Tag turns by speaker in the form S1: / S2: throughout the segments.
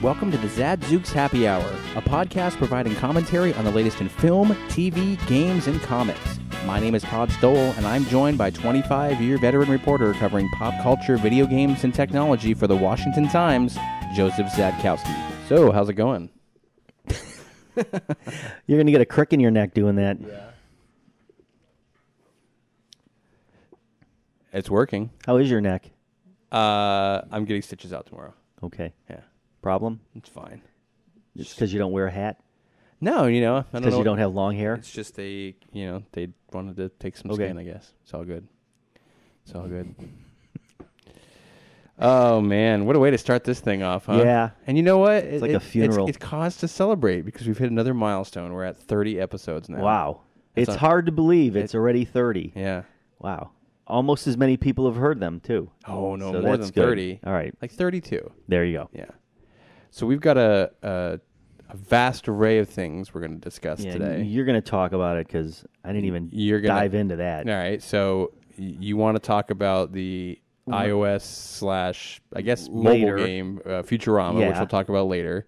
S1: Welcome to the Zadzooks Happy Hour, a podcast providing commentary on the latest in film, TV, games, and comics. My name is Todd Stoll, and I'm joined by 25 year veteran reporter covering pop culture, video games, and technology for the Washington Times, Joseph Zadkowski. So, how's it going?
S2: You're gonna get a crick in your neck doing that.
S1: It's working.
S2: How is your neck?
S1: Uh, I'm getting stitches out tomorrow.
S2: Okay.
S1: Yeah,
S2: Problem?
S1: it's fine.
S2: It's because you don't wear a hat.
S1: No, you know, I don't
S2: Because
S1: know.
S2: you don't have long hair.
S1: It's just they, you know, they wanted to take some
S2: Okay.
S1: skin. I guess it's all good. It's all good. oh man, what a way to start this thing off, huh?
S2: Yeah.
S1: And you know what? It's
S2: like a funeral.
S1: It's, cause to celebrate because we've hit another milestone. We're at 30 episodes now.
S2: Wow.
S1: It's
S2: It's,
S1: a-
S2: hard to believe it's already thirty.
S1: Yeah.
S2: Wow. Almost as many people have heard them too.
S1: Oh no,
S2: So
S1: more
S2: that's
S1: than
S2: good.
S1: 30.
S2: All right.
S1: Like 32.
S2: There you go.
S1: Yeah. So we've got a a, a vast array of things we're going to discuss
S2: Yeah,
S1: today.
S2: You're gonna talk about it because I didn't even
S1: You're gonna-
S2: dive into that.
S1: All right, so y- you want to talk about the iOS slash, I guess, mobile
S2: Mm-hmm. Later.
S1: game uh, Futurama, which
S2: Yeah.
S1: we'll talk about later.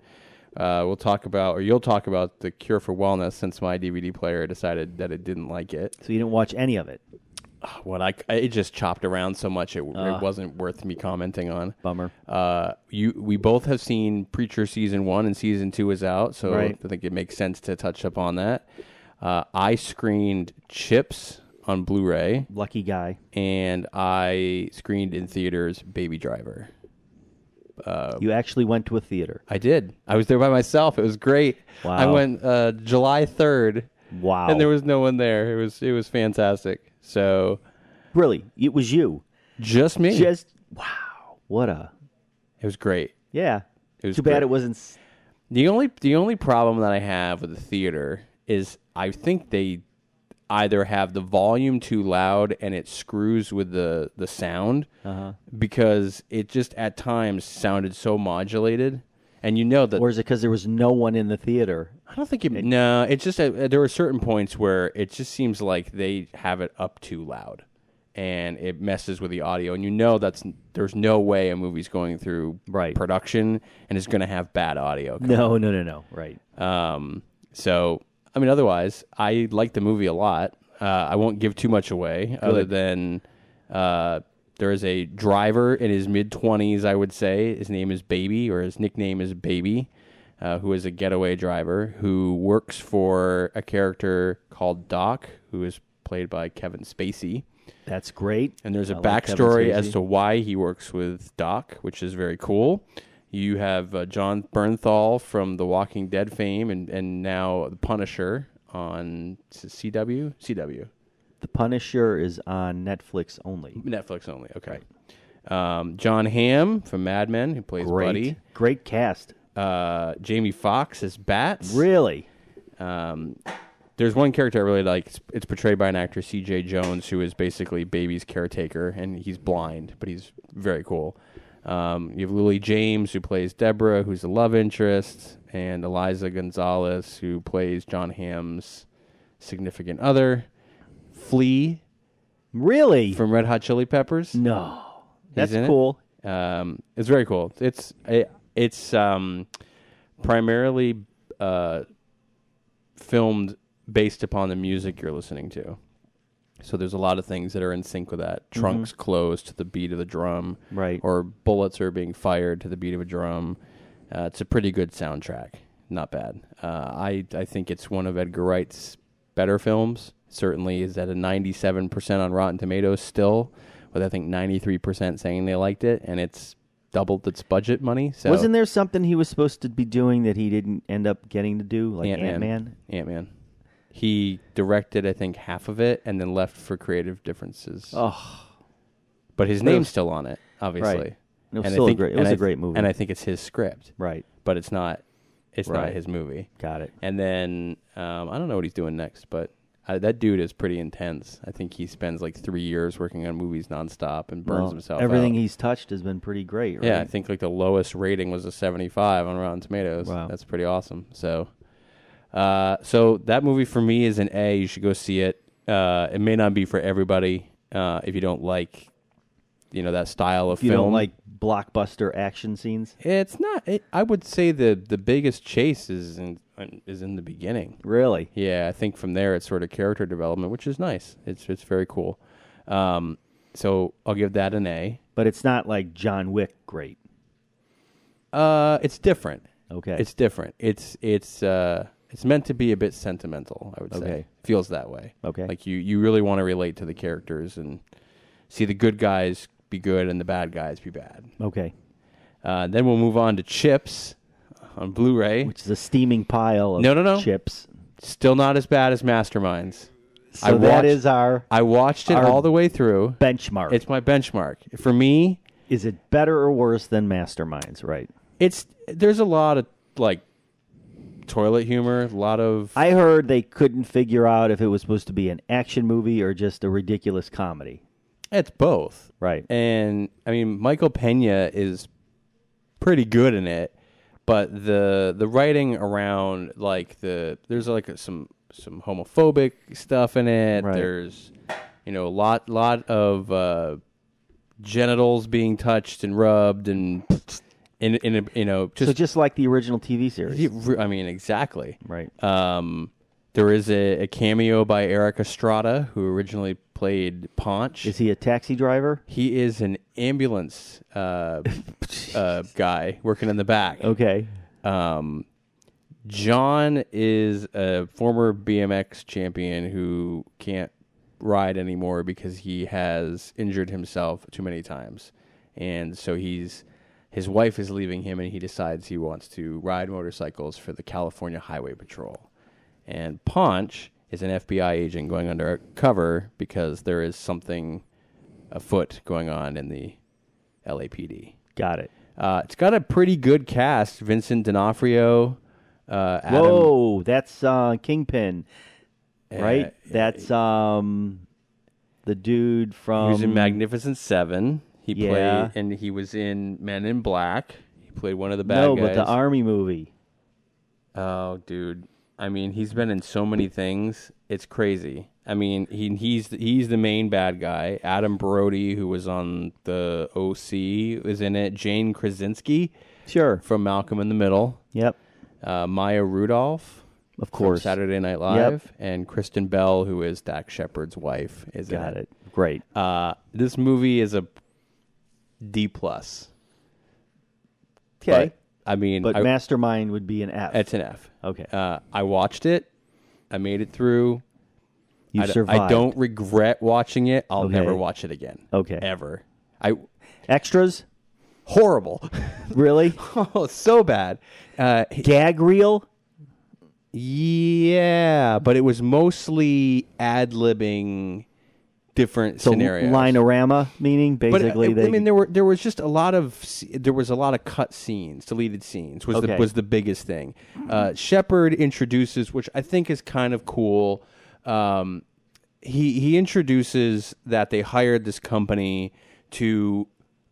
S1: Uh, we'll talk about, or you'll talk about the cure for wellness, since my DVD player decided that it didn't like it.
S2: So you didn't watch any of it.
S1: Ah, What I it just chopped around so much, it,
S2: Ah.
S1: it wasn't worth me commenting on.
S2: Bummer.
S1: Uh, you we both have seen Preacher season one and season two is out, so
S2: Right.
S1: I think it makes sense to touch up on that. Uh, I screened Chips on Blu-ray
S2: Lucky guy.
S1: and I screened in theaters Baby Driver. Uh,
S2: you actually went to a theater.
S1: I did. I was there by myself. It was great.
S2: Wow.
S1: I went uh, July third.
S2: Wow.
S1: And there was no one there. It was it was fantastic. So
S2: Really, it was you.
S1: just me.
S2: Just wow. What a
S1: it was great.
S2: yeah.
S1: It was
S2: Too
S1: great.
S2: bad it wasn't. s-
S1: The only the only problem that I have with the theater is I think they either have the volume too loud and it screws with the the sound because it just at times sounded so modulated, and you know that
S2: Or is it because there was no one in the theater?
S1: I don't think it. no, it's just uh, there were certain points where it just seems like they have it up too loud, and it messes with the audio. And you know that's there's no way a movie's going through
S2: Right.
S1: production and it's going to have bad audio.
S2: No, no, no, no. Right.
S1: Um, so I mean, otherwise, I like the movie a lot. Uh, I won't give too much away, other than uh, there is a driver in his mid twenties. I would say his name is Baby, or his nickname is Baby, uh, who is a getaway driver who works for a character called Doc, who is played by Kevin Spacey.
S2: That's great.
S1: And there's a
S2: I like Kevin
S1: backstory
S2: Spacey.
S1: as to why he works with Doc, which is very cool. You have uh, John Bernthal from The Walking Dead fame and, and now The Punisher on C- CW? CW.
S2: The Punisher is on Netflix only.
S1: Netflix only. Okay. Um, John Hamm from Mad Men, who plays
S2: Great.
S1: Buddy.
S2: Great cast.
S1: Uh, Jamie Foxx as Bats.
S2: Really?
S1: Um, there's one character I really like. It's, it's portrayed by an actor, C.J. Jones, who is basically Baby's caretaker, and he's blind, but he's very cool. Um, you have Lily James, who plays Deborah, who's the love interest, and Eliza Gonzalez, who plays John Hamm's significant other. Flea
S2: Really?
S1: from Red Hot Chili Peppers.
S2: no. That's
S1: in it?
S2: cool.
S1: Um, it's very cool. It's it, it's um, primarily uh, filmed based upon the music you're listening to. So there's a lot of things that are in sync with that. Trunks closed to the beat of the drum,
S2: Right.
S1: Or bullets are being fired to the beat of a drum. Uh, it's a pretty good soundtrack. Not bad. Uh, I I think it's one of Edgar Wright's better films. Certainly is at a 97% on Rotten Tomatoes still, with I think 93% saying they liked it, and it's doubled its budget money. So
S2: Wasn't there something he was supposed to be doing that he didn't end up getting to do, like
S1: Ant-Man.
S2: Ant Man?
S1: Ant-Man. He directed, I think, half of it, and then left for creative differences.
S2: Oh,
S1: but his
S2: But it
S1: name's
S2: was-
S1: still on it, obviously.
S2: Right. it was
S1: And I
S2: still a
S1: think-
S2: great. It
S1: and
S2: was
S1: I
S2: a
S1: th-
S2: great movie.
S1: And I think it's his script,
S2: right.
S1: but it's not. It's not
S2: Right.
S1: his movie.
S2: Got it.
S1: And then um, I don't know what he's doing next, but uh that dude is pretty intense. I think he spends like three years working on movies nonstop and burns
S2: Well,
S1: himself.
S2: Everything
S1: out.
S2: he's touched has been pretty great. Right?
S1: yeah, I think like the lowest rating was a 75 on Rotten Tomatoes.
S2: Wow.
S1: That's pretty awesome. So, uh, so that movie for me is an A. You should go see it. Uh, it may not be for everybody. Uh, if you don't like, you know that style of
S2: You
S1: film.
S2: don't like blockbuster action scenes?
S1: it's not. It, I would say the the biggest chase is in is in the beginning.
S2: Really?
S1: Yeah, I think from there it's sort of character development, which is nice. It's it's very cool. Um, so I'll give that an A.
S2: But it's not like John Wick great.
S1: Uh, it's different.
S2: Okay.
S1: It's different. It's it's uh it's meant to be a bit sentimental. I would
S2: Okay.
S1: say feels that way.
S2: Okay.
S1: like you you really want to relate to the characters and see the good guys be good and the bad guys be bad.
S2: okay.
S1: Uh, then we'll move on to Chips on Blu-ray.
S2: Which is a steaming pile of
S1: No, no, no.
S2: chips.
S1: Still not as bad as Masterminds.
S2: So
S1: I watched-
S2: that is our
S1: I watched it
S2: Our-
S1: all the way through.
S2: benchmark.
S1: It's my benchmark for me.
S2: is it better or worse than Masterminds? Right.
S1: It's there's a lot of like toilet humor, a lot of
S2: I heard they couldn't figure out if it was supposed to be an action movie or just a ridiculous comedy.
S1: it's both.
S2: Right.
S1: And I mean, Michael Pena is pretty good in it, but the the writing around like the there's like some some homophobic stuff in it.
S2: Right.
S1: There's you know a lot lot of uh, genitals being touched and rubbed and in in a, you know
S2: so
S1: just,
S2: just like the original TV series.
S1: I mean exactly
S2: right.
S1: Um, there is a, a cameo by Eric Estrada who originally played Paunch.
S2: Is he a taxi driver?
S1: He is an ambulance uh, uh, guy working in the back.
S2: Okay.
S1: Um, John is a former BMX champion who can't ride anymore because he has injured himself too many times, and so he's his wife is leaving him, and he decides he wants to ride motorcycles for the California Highway Patrol. And Paunch is an FBI agent going undercover because there is something afoot going on in the LAPD.
S2: Got it.
S1: Uh, it's got a pretty good cast: Vincent D'Onofrio, uh, Adam,
S2: Whoa, that's uh, Kingpin,
S1: uh,
S2: right? that's um, the dude
S1: He
S2: from.
S1: was in Magnificent Seven. He
S2: um, Yeah.
S1: played, and he was in Men in Black. He played one of the bad
S2: no,
S1: guys.
S2: but the army movie.
S1: oh, dude! I mean, he's been in so many things. It's crazy. I mean, he he's he's the main bad guy. Adam Brody, who was on the OC, was in it. Jane Krasinski
S2: Sure.
S1: from Malcolm in the Middle.
S2: Yep.
S1: Uh, Maya Rudolph.
S2: Of
S1: from
S2: course.
S1: Saturday Night Live, and Kristen Bell, who is Dak Shepard's wife, is in
S2: Got it. Great.
S1: Uh, this movie is a D plus.
S2: Okay.
S1: but, I mean,
S2: But,
S1: I-
S2: Mastermind would be an F.
S1: it's an F.
S2: okay.
S1: Uh, I watched it. I made it through.
S2: you
S1: I, d-
S2: survived.
S1: I don't regret watching it. I'll
S2: Okay.
S1: never watch it again.
S2: Okay.
S1: Ever. I
S2: Extras?
S1: horrible.
S2: Really?
S1: oh, so bad. Uh,
S2: Gag reel?
S1: yeah, but it was mostly ad libbing different
S2: So
S1: scenarios.
S2: linorama meaning
S1: But uh,
S2: basically
S1: I,
S2: they
S1: I mean, there were there was just a lot of s- there was a lot of cut scenes, deleted scenes was
S2: Okay.
S1: the was the biggest thing. Uh, Shepard introduces, which I think is kind of cool. Um, he he introduces that they hired this company to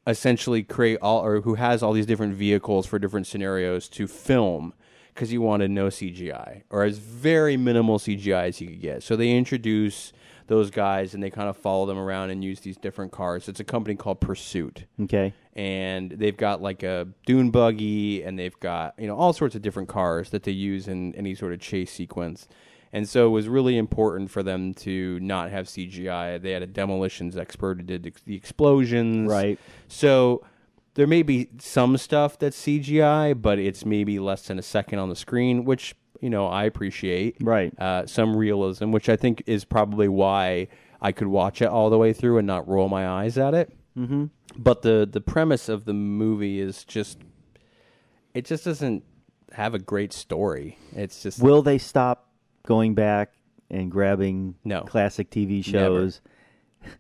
S1: essentially create all or who has all these different vehicles for different scenarios to film because he wanted no CGI or as very minimal CGI as he could get. So they introduce those guys and they kind of follow them around and use these different cars. It's a company called Pursuit
S2: okay.
S1: and they've got like a dune buggy and they've got you know all sorts of different cars that they use in any sort of chase sequence and so it was really important for them to not have cgi they had a demolitions expert who did the explosions
S2: Right.
S1: so there may be some stuff that's cgi but it's maybe less than a second on the screen which you know i appreciate
S2: Right.
S1: uh, some realism which i think is probably why i could watch it all the way through and not roll my eyes at it but the the premise of the movie is just it just doesn't have a great story it's just
S2: Will they stop going back and grabbing
S1: No.
S2: classic TV shows,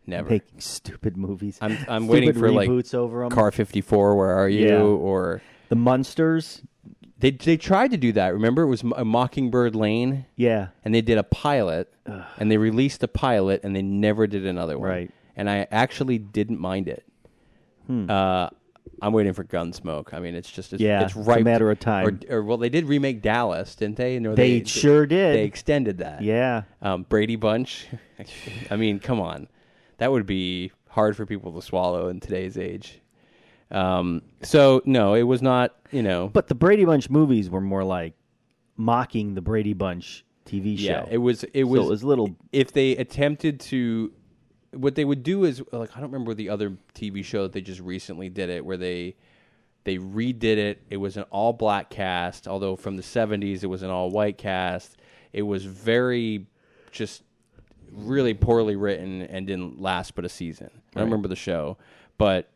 S1: never
S2: making stupid movies?
S1: i'm i'm
S2: stupid
S1: waiting for like
S2: reboots over 'em.
S1: car 54 where are you
S2: Yeah.
S1: or
S2: the Munsters.
S1: they they tried to do that remember it was M- a mockingbird lane
S2: Yeah.
S1: and they did a pilot and they released a pilot and they never did another one
S2: Right. Hmm.
S1: and i actually didn't mind it uh I'm waiting for Gunsmoke. I mean, it's just it's,
S2: Yeah,
S1: it's
S2: it's a
S1: ripe.
S2: matter of time.
S1: Or, or well, they did remake Dallas, didn't they? And
S2: They sure did.
S1: They extended that.
S2: Yeah.
S1: Um, Brady Bunch. I mean, come on, that would be hard for people to swallow in today's age. Um, so no, it was not. You know,
S2: But the Brady Bunch movies were more like mocking the Brady Bunch TV show.
S1: yeah, it was. It
S2: so
S1: was.
S2: it was little.
S1: if they attempted to what they would do is like I don't remember the other TV show that they just recently did it where they they redid it. It was an all black cast, although from the 70s it was an all white cast. It was very just really poorly written and didn't last but a season. I don't remember the show, but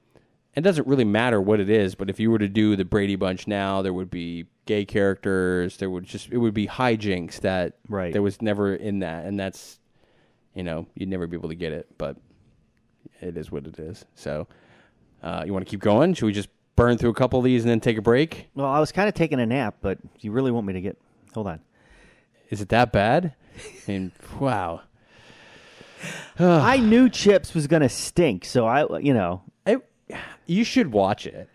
S1: it doesn't really matter what it is, but if you were to do the Brady Bunch now, there would be gay characters, there would just it would be hijinks that
S2: Right.
S1: there was never in that and that's you know, you'd never be able to get it, but it is what it is. So, uh, you want to keep going? Should we just burn through a couple of these and then take a break?
S2: Well, I was kind of taking a nap, but you really want me to get. Hold on.
S1: Is it that bad? and wow,
S2: I knew Chips was gonna stink, so I, you know,
S1: I, you should watch it,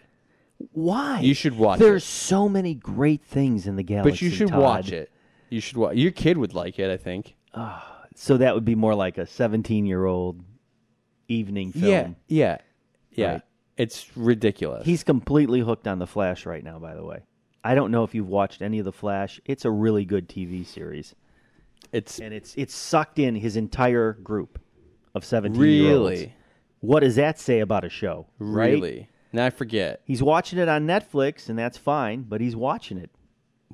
S2: why?
S1: You should watch
S2: There's
S1: it.
S2: so many great things in the galaxy.
S1: but you should
S2: Oh, Todd.
S1: watch it. You should watch. Your kid would like it, I think.
S2: So that would be more like a 17 year old evening film.
S1: Yeah, yeah, yeah.
S2: Right.
S1: It's ridiculous.
S2: He's completely hooked on The Flash right now, by the way. I don't know if you've watched any of The Flash. It's a really good TV series.
S1: it's
S2: And it's it's sucked in his entire group of 17 year olds.
S1: really,
S2: What does that say about a show? Right?
S1: really. Now I forget.
S2: He's watching it on Netflix, and that's fine, but he's watching it.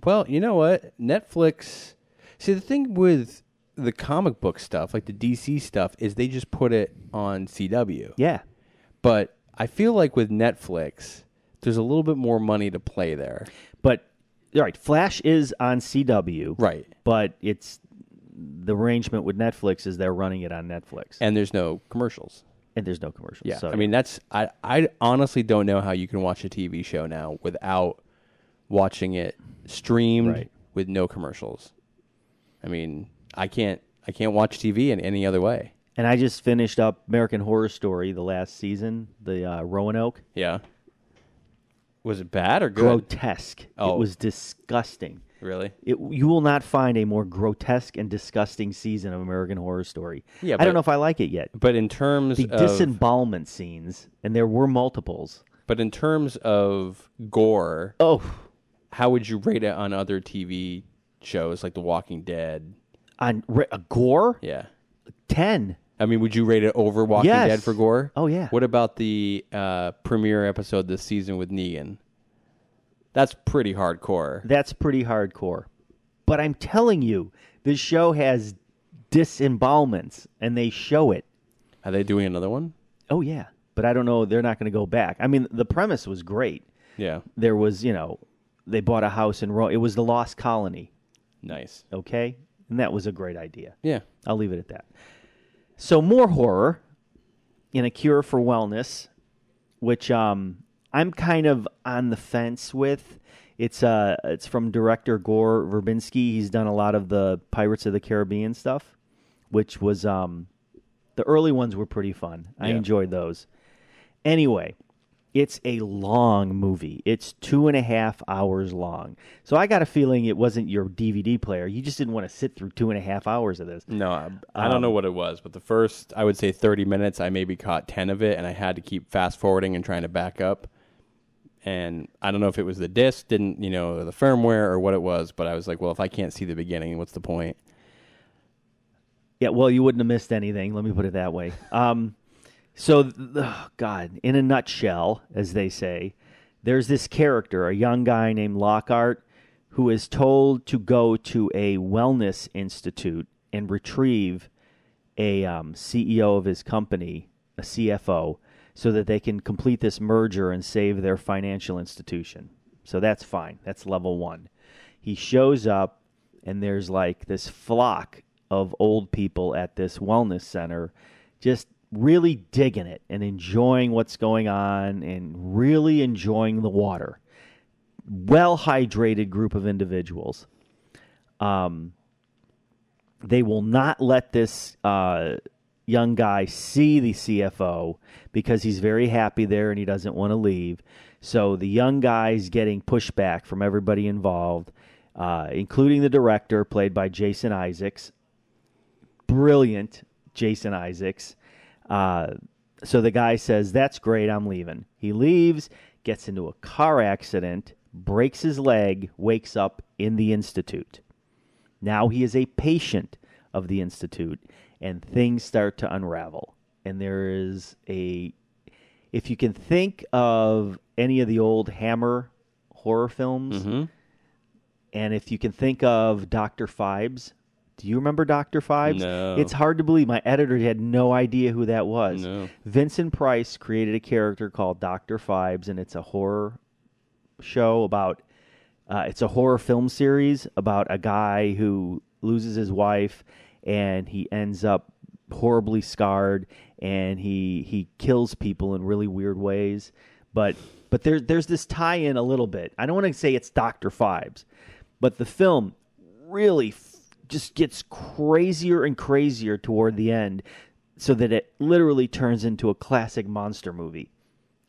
S1: Well, you know what? Netflix. See, the thing with the comic book stuff, like the DC stuff, is they just put it on CW.
S2: Yeah.
S1: But I feel like with Netflix, there's a little bit more money to play there.
S2: But, all right, Flash is on CW.
S1: Right.
S2: But it's the arrangement with Netflix is they're running it on Netflix.
S1: And there's no commercials.
S2: and there's no commercials.
S1: Yeah.
S2: so
S1: I mean, that's I I honestly don't know how you can watch a TV show now without watching it streamed
S2: Right.
S1: with no commercials. I mean, I can't I can't watch TV in any other way.
S2: and I just finished up American Horror Story the last season, the uh, Roanoke.
S1: Yeah. Was it bad or good?
S2: Grotesque.
S1: Oh.
S2: It was disgusting.
S1: Really?
S2: It, you will not find a more grotesque and disgusting season of American Horror Story.
S1: Yeah,
S2: I
S1: but-
S2: don't know if I like it yet.
S1: But in terms
S2: The
S1: of
S2: disembowelment scenes, and there were multiples.
S1: but in terms of gore,
S2: Oh,
S1: how would you rate it on other TV shows like The Walking Dead?
S2: on re- a gore
S1: Yeah.
S2: ten.
S1: I mean, would you rate it over Walking
S2: Yes.
S1: Dead for gore?
S2: Oh, yeah.
S1: What about the uh, premiere episode this season with Negan? That's pretty hardcore.
S2: That's pretty hardcore. But I'm telling you, this show has disembowelments, and they show it.
S1: Are they doing another one?
S2: Oh yeah, but I don't know. They're not going to go back. I mean, the premise was great.
S1: Yeah.
S2: There was, you know, they bought a house in Rome. It was the Lost Colony,
S1: Nice.
S2: okay, and that was a great idea.
S1: Yeah.
S2: I'll leave it at that. So more horror in a cure for wellness, which um, I'm kind of on the fence with. It's uh, it's from director Gore Verbinski. He's done a lot of the Pirates of the Caribbean stuff, which was um, the early ones were pretty fun. I
S1: Yeah.
S2: enjoyed those. Anyway, it's a long movie. It's two and a half hours long. So I got a feeling it wasn't your DVD player. You just didn't want to sit through two and a half hours of this.
S1: No, I, I don't know what it was, but the first, I would say 30 minutes, I maybe caught 10 of it, and I had to keep fast forwarding and trying to back up. And I don't know if it was the disc, didn't, you know, the firmware or what it was, but I was like, well, if I can't see the beginning, what's the point?
S2: Yeah, well, you wouldn't have missed anything. Let me put it that way. Um, so, th- oh, God, in a nutshell, as they say, there's this character, a young guy named Lockhart, who is told to go to a wellness institute and retrieve a um, CEO of his company, a CFO, so that they can complete this merger and save their financial institution. So that's fine. That's level one. He shows up, and there's like this flock of old people at this wellness center just really digging it and enjoying what's going on and really enjoying the water. Well hydrated group of individuals they will not let this uh, young guy see the CFO because he's very happy there and he doesn't want to leave. So the young guy's getting pushback from everybody involved, uh, including the director, played by Jason Isaacs. Brilliant, Jason Isaacs. Uh, So the guy says, That's great, I'm leaving. He leaves, gets into a car accident, breaks his leg, wakes up in the Institute. Now he is a patient of the Institute, and things start to unravel. And there is a. If you can think of any of the old Hammer horror films,
S1: Mm-hmm.
S2: and if you can think of Dr. Fibes, do you remember Dr. Fibes?
S1: No.
S2: It's hard to believe. My editor had no idea who that was.
S1: No.
S2: Vincent Price created a character called Dr. Fibes, and it's a horror show about uh, it's a horror film series about a guy who loses his wife and he ends up horribly scarred and he he kills people in really weird ways but but there's there's this tie in a little bit i don't want to say it's dr fibes but the film really f- just gets crazier and crazier toward the end so that it literally turns into a classic monster movie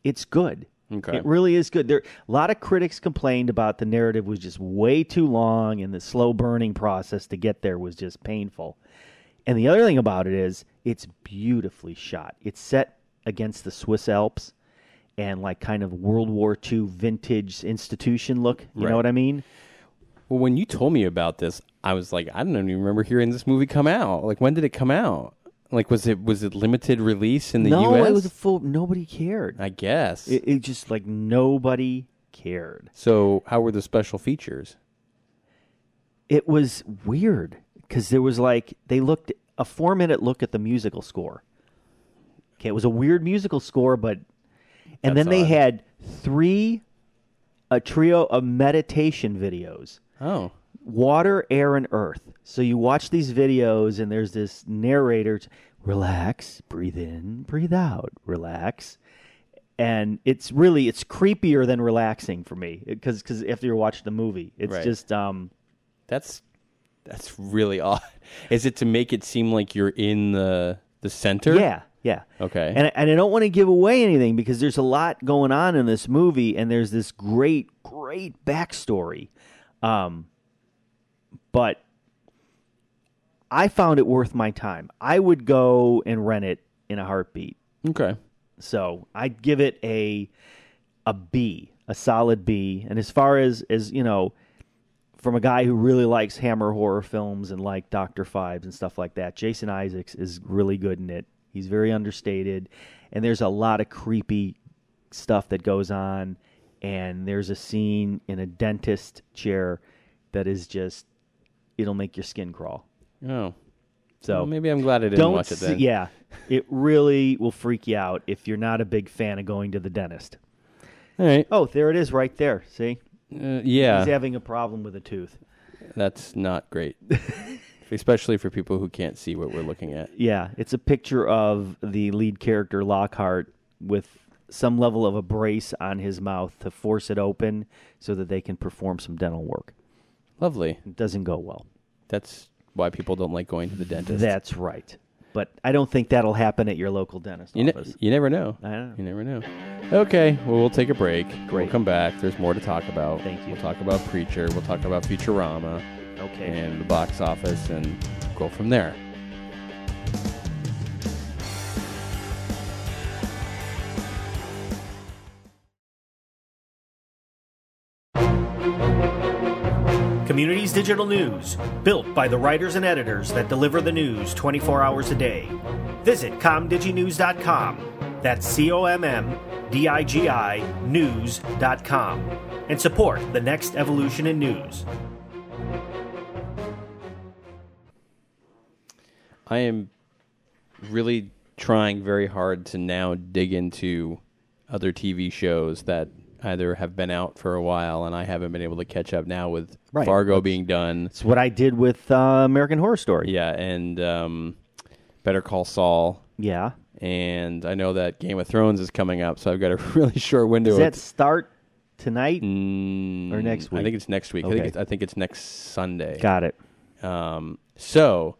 S2: it's good
S1: Okay.
S2: it really is good. There a lot of critics complained about the narrative was just way too long and the slow burning process to get there was just painful. And the other thing about it is it's beautifully shot. It's set against the Swiss Alps and like kind of World War II vintage institution look. You
S1: Right.
S2: know what I mean?
S1: Well, when you told me about this, I was like, I don't even remember hearing this movie come out. Like, when did it come out? Like, was it was it limited release in the
S2: no,
S1: U.S.?
S2: it was a full nobody cared.
S1: I guess.
S2: It, it just like nobody cared.
S1: so, how were the special features?
S2: it was weird because there was like they looked a four minute look at the musical score. Okay, it was a weird musical score, but and
S1: That's
S2: then they
S1: odd.
S2: had three a trio of meditation videos
S1: Oh,
S2: water, air, and earth. So you watch these videos, and there's this narrator. t- Relax, breathe in, breathe out, relax. And it's really it's creepier than relaxing for me because because after you watch the movie, it's
S1: Right.
S2: just um
S1: that's that's really odd. Is it to make it seem like you're in the the center?
S2: Yeah, yeah.
S1: Okay.
S2: And I, and I don't want to give away anything because there's a lot going on in this movie, and there's this great, great backstory. Um, but I found it worth my time. I would go and rent it in a heartbeat.
S1: Okay.
S2: So I'd give it a a B, a solid B. And as far as as you know, from a guy who really likes Hammer horror films and like Doctor Fives and stuff like that, Jason Isaacs is really good in it. He's very understated, and there's a lot of creepy stuff that goes on. And there's a scene in a dentist chair that is just it'll make your skin crawl.
S1: Oh,
S2: So
S1: well, maybe I'm glad I didn't
S2: don't
S1: watch it
S2: see-
S1: then.
S2: yeah it really will freak you out if you're not a big fan of going to the dentist
S1: All right.
S2: oh there it is right there see
S1: Uh, yeah.
S2: he's having a problem with a tooth
S1: That's not great, especially for people who can't see what we're looking at.
S2: yeah it's a picture of the lead character lockhart with some level of a brace on his mouth to force it open so that they can perform some dental work
S1: Lovely.
S2: it doesn't go well
S1: That's why people don't like going to the dentist.
S2: that's right but i don't think that'll happen at your local dentist
S1: you, ne-
S2: office
S1: you never know.
S2: I don't know.
S1: You never know. Okay, well, we'll take a break.
S2: Great.
S1: We'll come back. There's more to talk about.
S2: Thank you.
S1: We'll talk about Preacher. We'll talk about Futurama
S2: okay
S1: and the box office and go from there.
S3: Communities Digital News, built by the writers and editors that deliver the news 24 hours a day. Visit comdiginews.com. That's C O M M D I G I news.com and support the next evolution in news.
S1: I am really trying very hard to now dig into other TV shows that either have been out for a while and I haven't been able to catch up now with
S2: Right.
S1: Fargo being done.
S2: it's what i did with uh, american horror story
S1: Yeah, and um, Better Call Saul.
S2: yeah
S1: And I know that Game of Thrones is coming up, so I've got a really short window.
S2: Does
S1: of-
S2: that start tonight or next week?
S1: Mm, I think it's next week. I, think
S2: Okay.
S1: it's, I think it's next Sunday.
S2: Got it.
S1: Um, so,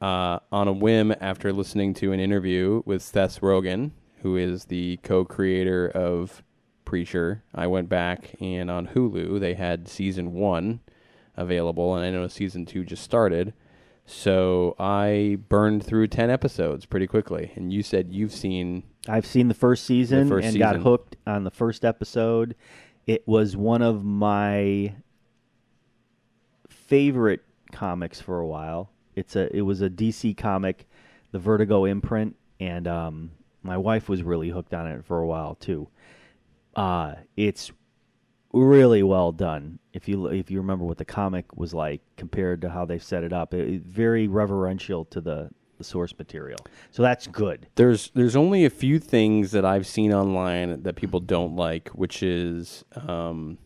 S1: uh, on a whim, after listening to an interview with Seth Rogen, who is the co-creator of Preacher, I went back and on Hulu they had season one available, and I know season two just started. So I burned through ten episodes pretty quickly, and you said you've seen
S2: I've seen the first season
S1: The first
S2: and got
S1: season.
S2: hooked on the first episode. It was one of my favorite comics for a while. It's a it was a DC comic, the Vertigo imprint, and um, my wife was really hooked on it for a while too. Uh, it's really well done. If you if you remember what the comic was like compared to how they've set it up, it, it- very reverential to the, the source material. So that's good.
S1: There's there's only a few things that I've seen online that people don't like, which is um,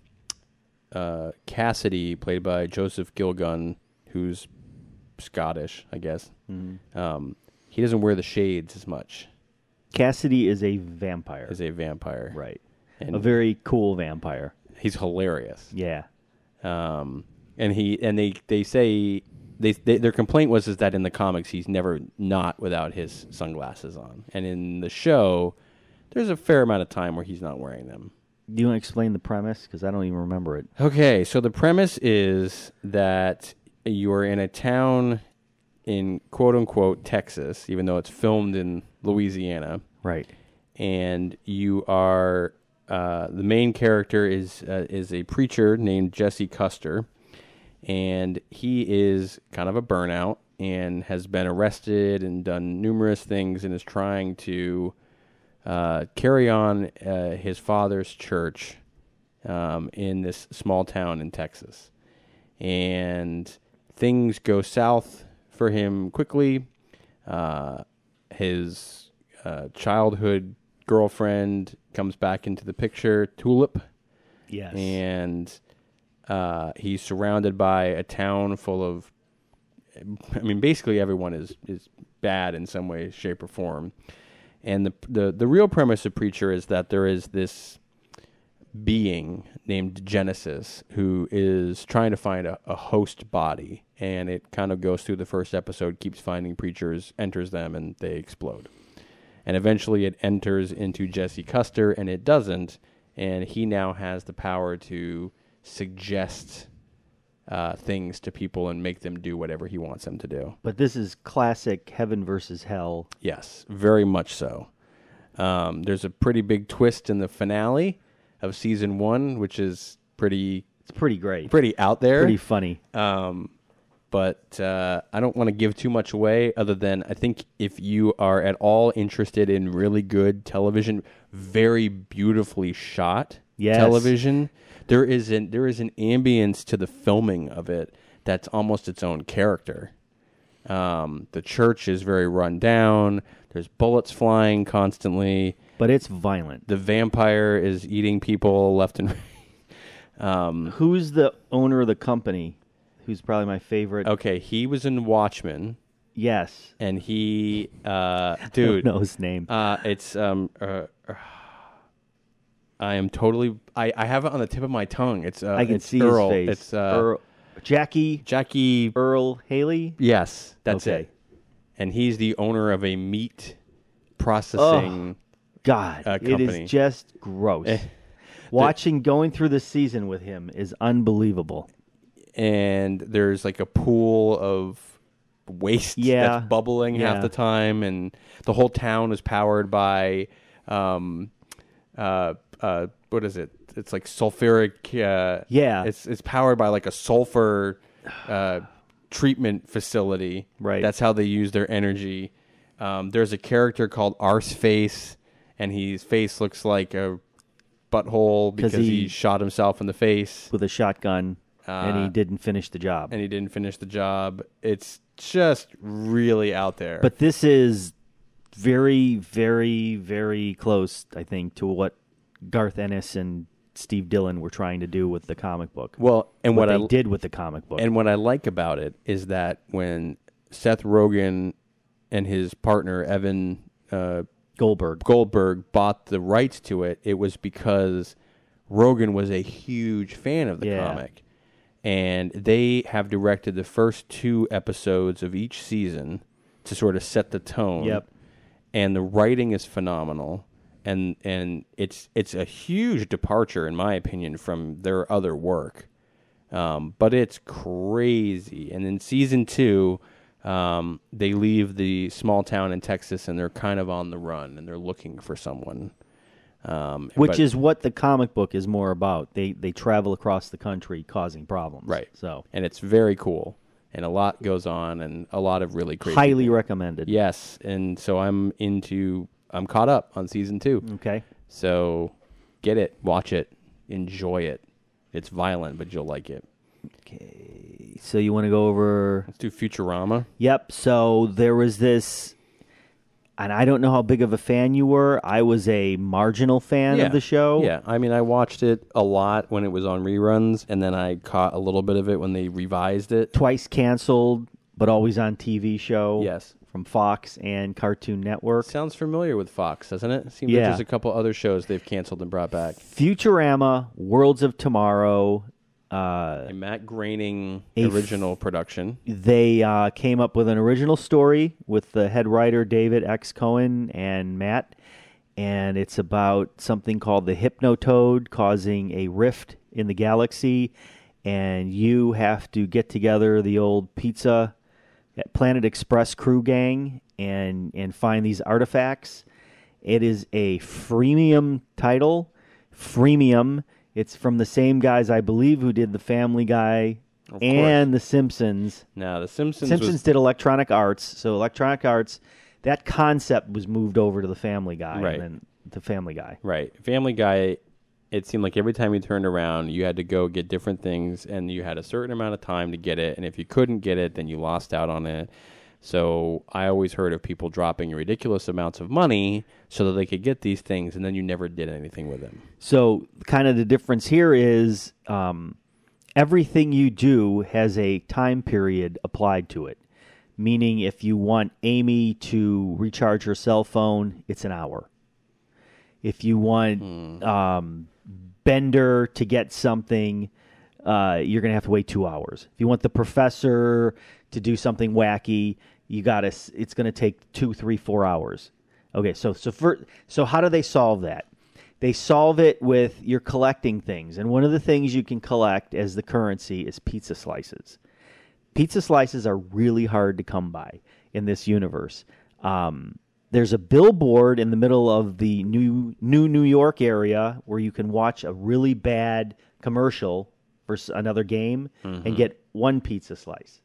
S1: uh, Cassidy, played by Joseph Gilgun, who's Scottish, I guess. Um, he doesn't wear the shades as much
S2: Cassidy is a vampire,
S1: as a vampire.
S2: right?
S1: And-
S2: a very cool vampire.
S1: He's hilarious.
S2: Yeah,
S1: Um, and he and they they say they, they their complaint was is that in the comics he's never not without his sunglasses on, and in the show there's a fair amount of time where he's not wearing them.
S2: do you want to explain the premise? Because I don't even remember it.
S1: Okay, so the premise is that you're in a town in quote unquote Texas, even though it's filmed in Louisiana,
S2: Right.
S1: and you are uh, the main character is uh, is a preacher named Jesse Custer, and he is kind of a burnout and has been arrested and done numerous things and is trying to uh, carry on uh, his father's church um, in this small town in Texas, and things go south for him quickly. Uh, his uh, childhood girlfriend comes back into the picture, Tulip,
S2: Yes.
S1: and uh, he's surrounded by a town full of. I mean, basically everyone is is bad in some way, shape, or form. And the the the real premise of Preacher is that there is this being named Genesis who is trying to find a, a host body, and it kind of goes through the first episode, keeps finding preachers, enters them, and they explode and eventually it enters into Jesse Custer and it doesn't and he now has the power to suggest uh, things to people and make them do whatever he wants them to do.
S2: but this is classic heaven versus hell.
S1: Yes, very much so. Um, there's a pretty big twist in the finale of season one, which is pretty
S2: It's pretty great.
S1: pretty out there.
S2: Pretty funny.
S1: Um, but uh, I don't want to give too much away, other than I think if you are at all interested in really good television, very beautifully shot
S2: Yes.
S1: television, there is an there is an ambience to the filming of it that's almost its own character. Um, the church is very run down. There's bullets flying constantly
S2: But it's violent.
S1: the vampire is eating people left and right. Mm.
S2: Who's the owner of the company? Who's probably my favorite?
S1: Okay, he was in Watchmen,
S2: Yes.
S1: and he, uh,
S2: I don't
S1: dude,
S2: know his name.
S1: uh, it's um, uh, uh, I am totally. I, I have it on the tip of my tongue. It's uh,
S2: I can
S1: it's
S2: see
S1: Earl.
S2: his face.
S1: It's uh,
S2: Earl, Jackie
S1: Jackie.
S2: Earl Haley.
S1: Yes, that's
S2: Okay.
S1: it. And he's the owner of a meat processing.
S2: God,
S1: Uh,
S2: it
S1: company. Eh.
S2: is just gross. Watching going through the season with him is unbelievable.
S1: and there's like a pool of waste
S2: Yeah.
S1: that's bubbling
S2: Yeah.
S1: half the time, and the whole town is powered by, um, uh, uh, what is it? It's like sulfuric. Uh,
S2: Yeah.
S1: it's it's powered by like a sulfur uh, treatment facility.
S2: Right.
S1: That's how they use their energy. Um, there's a character called Arseface, and his face looks like a butthole because
S2: he-
S1: he shot himself in the face
S2: With a shotgun, and he
S1: Uh,
S2: didn't finish the job.
S1: and he didn't finish the job. It's just really out there.
S2: But this is very, very, very close, I think, to what Garth Ennis and Steve Dillon were trying to do with the comic book.
S1: well, and
S2: what
S1: what,
S2: they
S1: I
S2: did with the comic book.
S1: and what I like about it is that when Seth Rogen and his partner Evan uh,
S2: Goldberg.
S1: Goldberg bought the rights to it, it was because Rogan was a huge fan of the
S2: Yeah.
S1: comic. And they have directed the first two episodes of each season to sort of set the tone.
S2: Yep.
S1: And the writing is phenomenal. And and it's it's a huge departure, in my opinion, from their other work. Um, but it's crazy. And in season two, Um, they leave the small town in Texas and they're kind of on the run and they're looking for someone. Um,
S2: Which
S1: but-
S2: is what the comic book is more about. They they travel across the country causing problems.
S1: Right.
S2: So
S1: and it's very cool and a lot goes on and a lot of really crazy.
S2: highly recommended.
S1: yes, and so I'm into I'm caught up on season 2.
S2: Okay.
S1: So get it, watch it, enjoy it. It's violent, but you'll like it.
S2: So you want to go over
S1: Let's do Futurama.
S2: Yep. So there was this, and I don't know how big of a fan you were. I was a marginal fan of the show.
S1: Yeah, I mean, I watched it a lot when it was on reruns, and then I caught a little bit of it when they revised it.
S2: Twice canceled, but always on TV show.
S1: Yes.
S2: From Fox and Cartoon Network.
S1: Sounds familiar with Fox, doesn't it? Seems
S2: Yeah.
S1: like there's a couple other shows they've canceled and brought back.
S2: Futurama, Worlds of Tomorrow. Uh,
S1: And Matt Groening
S2: A f-
S1: original production.
S2: they uh, came up with an original story with the head writer David X. Cohen and Matt, and it's about something called the Hypnotoad causing a rift in the galaxy, and you have to get together the old pizza uh, Planet Express crew gang and and find these artifacts. It is a freemium title, freemium. It's from the same guys, I believe, who did the Family Guy
S1: course.
S2: and the Simpsons.
S1: Now, The Simpsons,
S2: Simpsons
S1: was
S2: did Electronic Arts, so Electronic Arts, that concept was moved over to the Family Guy,
S1: Right.
S2: and then the Family Guy.
S1: Right. Family Guy, it seemed like every time you turned around, you had to go get different things, and you had a certain amount of time to get it. And if you couldn't get it, then you lost out on it. So I always heard of people dropping ridiculous amounts of money so that they could get these things, and then you never did anything with them.
S2: So, kind of the difference here is um, everything you do has a time period applied to it. Meaning, if you want Amy to recharge her cell phone, it's an hour. If you want um, Bender to get something, uh, you're going to have to wait two hours. If you want the professor to do something wacky, you got to. It's going to take two, three, four hours. Okay, so so for, so how do they solve that? They solve it with you're collecting things, and one of the things you can collect as the currency is pizza slices. Pizza slices are really hard to come by in this universe. Um, there's a billboard in the middle of the new new New York area where you can watch a really bad commercial for s- another game and get one pizza slice.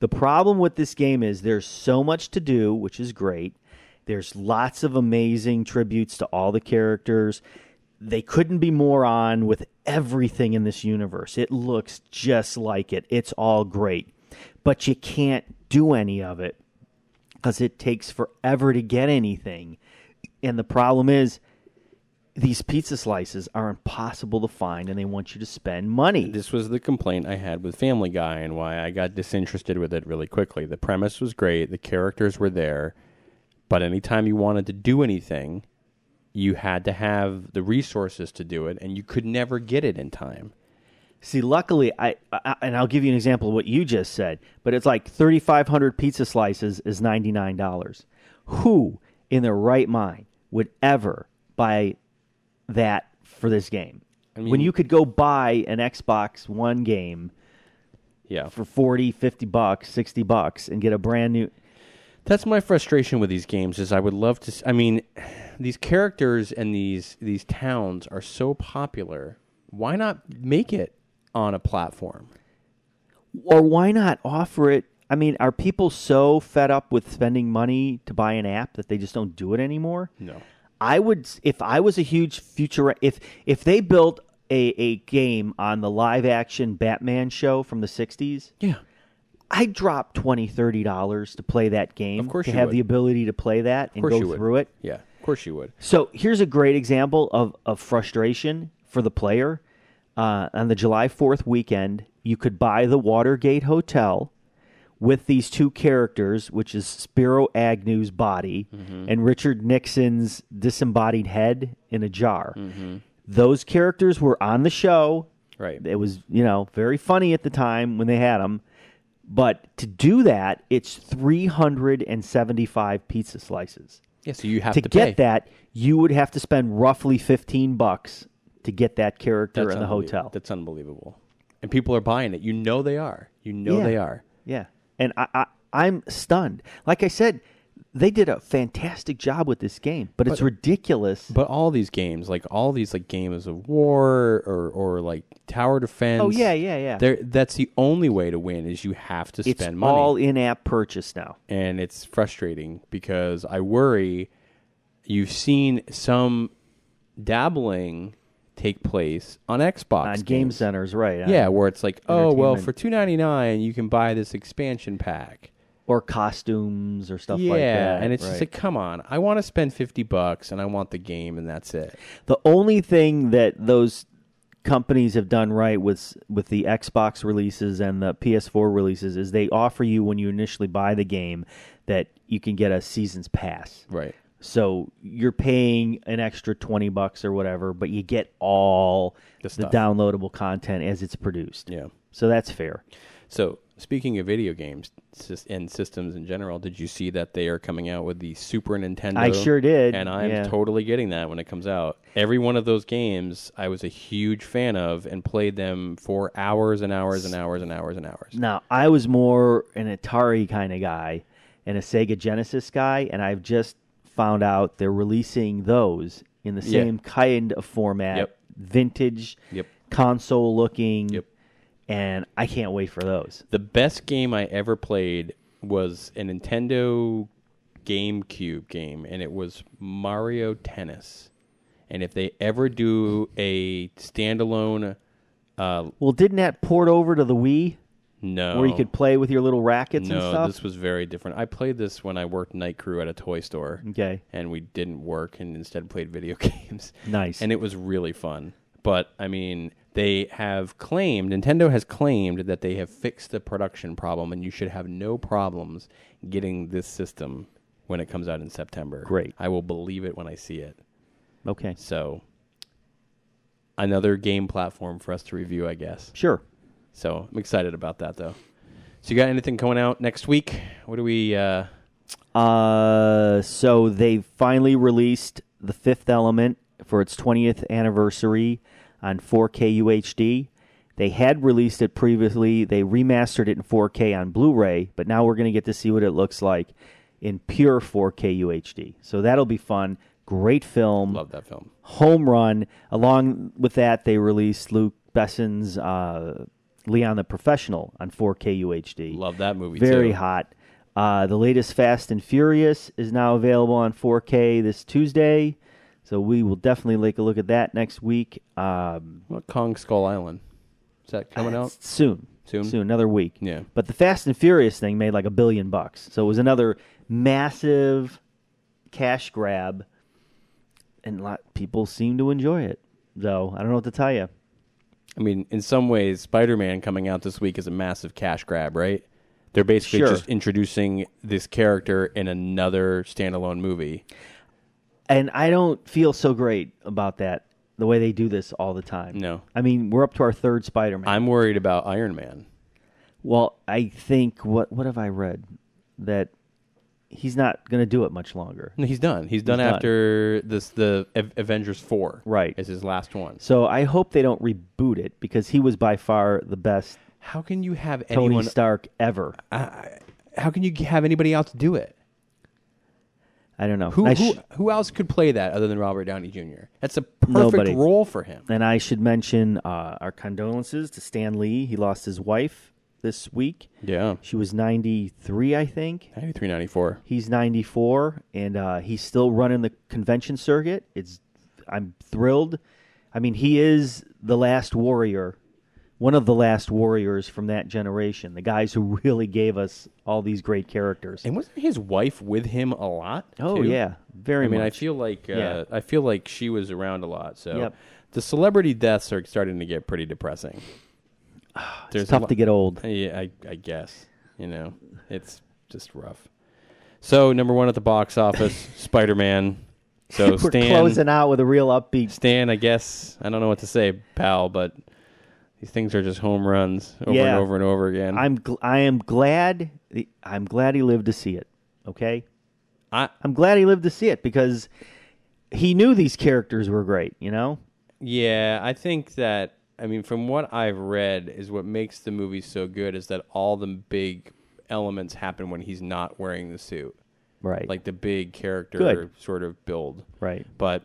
S2: The problem with this game is there's so much to do, which is great. There's lots of amazing tributes to all the characters. They couldn't be more on with everything in this universe. It looks just like it. It's all great. But you can't do any of it because it takes forever to get anything. And the problem is, these pizza slices are impossible to find and they want you to spend money.
S1: This was the complaint I had with Family Guy and why I got disinterested with it really quickly. The premise was great, the characters were there, but anytime you wanted to do anything, you had to have the resources to do it, and you could never get it in time.
S2: See, luckily, I, I and I'll give you an example of what you just said, but it's like 3,500 pizza slices is $99. Who in their right mind would ever buy that for this game? when you could go buy an Xbox One game
S1: Yeah.
S2: for 40, 50 bucks, 60 bucks and get a brand new.
S1: That's my frustration with these games is I would love to s- I mean these characters and these these towns are so popular. Why not make it on a platform?
S2: Or why not offer it? I mean, are people so fed up with spending money to buy an app that they just don't do it anymore?
S1: No.
S2: I would if I was a huge future if if they built a, a game on the live action Batman show from the 60s,
S1: Yeah.
S2: I'd drop 20 30 dollars to play that game
S1: Of course
S2: to
S1: you
S2: have
S1: would.
S2: the ability to play that and
S1: course you
S2: go
S1: would.
S2: through it.
S1: Yeah. Of course you would.
S2: So here's a great example of, of frustration for the player. Uh, on the July 4th weekend, you could buy the Watergate Hotel with these two characters, which is Spiro Agnew's body and Richard Nixon's disembodied head in a jar. Those characters were on the show.
S1: Right.
S2: It was, you know, very funny at the time when they had them. But to do that, it's 375 pizza slices
S1: Yeah, so you have
S2: to,
S1: to,
S2: get
S1: pay.
S2: that, you would have to spend roughly fifteen bucks to get that character in the
S1: unbelie-
S2: hotel.
S1: That's unbelievable. And people are buying it. You know they are. You know
S2: Yeah.
S1: they are.
S2: yeah, and I, I I'm stunned. Like I said, they did a fantastic job with this game, but, it's ridiculous.
S1: But all these games, like all these like games of war or or like tower defense.
S2: oh yeah, yeah, yeah.
S1: There, that's the only way to win is you have to
S2: it's
S1: spend money,
S2: all in-app purchase now.
S1: and it's frustrating because I worry you've seen some dabbling take place on Xbox
S2: on
S1: games.
S2: game centers, right? uh, on-
S1: Yeah, where it's like, oh well,
S2: Entertainment.
S1: for two ninety nine you can buy this expansion pack.
S2: or costumes or stuff
S1: yeah,
S2: like that.
S1: and it's just
S2: right.
S1: like, come on, I want to spend fifty bucks and I want the game and that's it.
S2: the only thing that those companies have done right with with the Xbox releases and the PS4 releases is they offer you when you initially buy the game that you can get a season's pass.
S1: Right.
S2: So you're paying an extra 20 bucks or whatever, but you get all the,
S1: stuff.
S2: downloadable content as it's produced.
S1: Yeah.
S2: So that's fair.
S1: So speaking of video games sys- and systems in general, did you see that they are coming out with the Super Nintendo?
S2: I sure did,
S1: and I'm
S2: yeah.
S1: totally getting that when it comes out. Every one of those games, I was a huge fan of and played them for hours and hours and hours and hours and hours.
S2: Now, I was more an Atari kind of guy and a Sega Genesis guy, and I've just found out they're releasing those in the
S1: Yeah.
S2: same kind of format,
S1: Yep.
S2: vintage,
S1: Yep.
S2: console looking.
S1: Yep.
S2: And I can't wait for those.
S1: The best game I ever played was a Nintendo GameCube game, and it was Mario Tennis. And if they ever do a standalone, uh,
S2: Well, didn't that port over to the Wii
S1: no,
S2: where you could play with your little rackets and
S1: Oh. No,
S2: stuff?
S1: this was very different. I played this when I worked night crew at a toy store,
S2: Okay.
S1: and we didn't work and instead played video games.
S2: Nice.
S1: And it was really fun. But I mean, they have claimed Nintendo has claimed that they have fixed the production problem, and you should have no problems getting this system when it comes out in September.
S2: Great.
S1: I will believe it when I see it.
S2: okay.
S1: So, another game platform for us to review, I guess.
S2: Sure.
S1: So I'm excited about that though. So you got anything coming out next week? What do we? Uh,
S2: Uh, so they finally released The Fifth Element for its 20th anniversary on 4K UHD. They had released it previously. They remastered it in 4K on Blu-ray, but now we're going to get to see what it looks like in pure 4K UHD. So that'll be fun. Great film
S1: love that film.
S2: home run. Along with that, they released Luke Besson's uh, Leon the Professional on 4K UHD.
S1: Love that movie.
S2: Very
S1: too.
S2: hot. Uh, the latest Fast and Furious is now available on 4K this Tuesday, so we will definitely take a look at that next week. Um,
S1: What about Kong Skull Island? Is that coming
S2: Uh,
S1: out?
S2: soon,
S1: Soon?
S2: soon, another week.
S1: Yeah.
S2: But the Fast and Furious thing made like a billion bucks, so it was another massive cash grab, and a lot people seem to enjoy it. Though I don't know what to tell you.
S1: I mean, in some ways, Spider-Man coming out this week is a massive cash grab, right? They're basically
S2: Sure.
S1: just introducing this character in another standalone movie.
S2: And I don't feel so great about that. The way they do this all the time.
S1: No.
S2: I mean we're up to our third Spider-Man.
S1: I'm worried about Iron Man.
S2: Well, I think what what have I read that he's not going to do it much longer.
S1: No, he's done. He's done
S2: done.
S1: after this. The A- Avengers Four,
S2: Right.
S1: is his last one.
S2: So I hope they don't reboot it because he was by far the best
S1: How can you have
S2: Tony
S1: anyone?
S2: Stark ever.
S1: how can you have anybody else do it?
S2: I don't know.
S1: Who,
S2: I
S1: who
S2: sh-
S1: who else could play that other than Robert Downey Jr.? That's a perfect
S2: Nobody.
S1: role for him.
S2: and I should mention uh, our condolences to Stan Lee. He lost his wife this week.
S1: Yeah.
S2: She was 93, I think.
S1: 93, 94.
S2: He's 94, and uh, he's still running the convention circuit. It's I'm thrilled. I mean, he is the last warrior, one of the last warriors from that generation, the guys who really gave us all these great characters.
S1: And wasn't his wife with him a lot?
S2: Oh
S1: too?
S2: yeah, very
S1: I mean, I
S2: much.
S1: feel like uh,
S2: Yeah.
S1: I feel like she was around a lot. So
S2: Yep.
S1: the celebrity deaths are starting to get pretty depressing.
S2: it's tough to get old.
S1: Yeah, I, I guess. You know, it's just rough. So number one at the box office, Spider Man. So
S2: We're
S1: Stan,
S2: closing out with a real upbeat.
S1: Stan, I guess I don't know what to say, pal, but these things are just home runs over
S2: Yeah.
S1: and over and over again.
S2: I'm gl- I am glad I'm glad he lived to see it. Okay,
S1: I
S2: I'm glad he lived to see it because he knew these characters were great. You know,
S1: yeah, I think that I mean from what I've read is what makes the movie so good is that all the big elements happen when he's not wearing the suit,
S2: right,
S1: like the big character
S2: Good.
S1: sort of build.
S2: right,
S1: But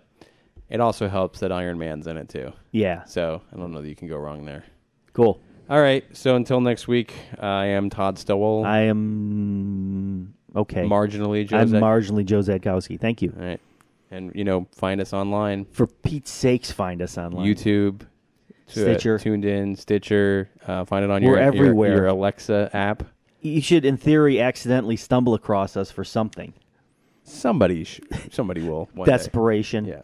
S1: it also helps that Iron Man's in it too.
S2: yeah,
S1: So I don't know that you can go wrong there.
S2: cool.
S1: All right. So until next week, I am Todd Stowell,
S2: I am mm, okay.
S1: marginally Joe.
S2: I'm
S1: Zek-
S2: marginally Joe Zadkowski. Thank you.
S1: All right. And you know, find us online,
S2: For Pete's sakes, find us online.
S1: YouTube, to-
S2: Stitcher.
S1: tuned in, Stitcher. Uh, find it on
S2: We're
S1: your, your-
S2: everywhere.
S1: your Alexa app.
S2: You should, in theory, accidentally stumble across us for something.
S1: Somebody, sh- somebody will. One day.
S2: Desperation.
S1: Yeah.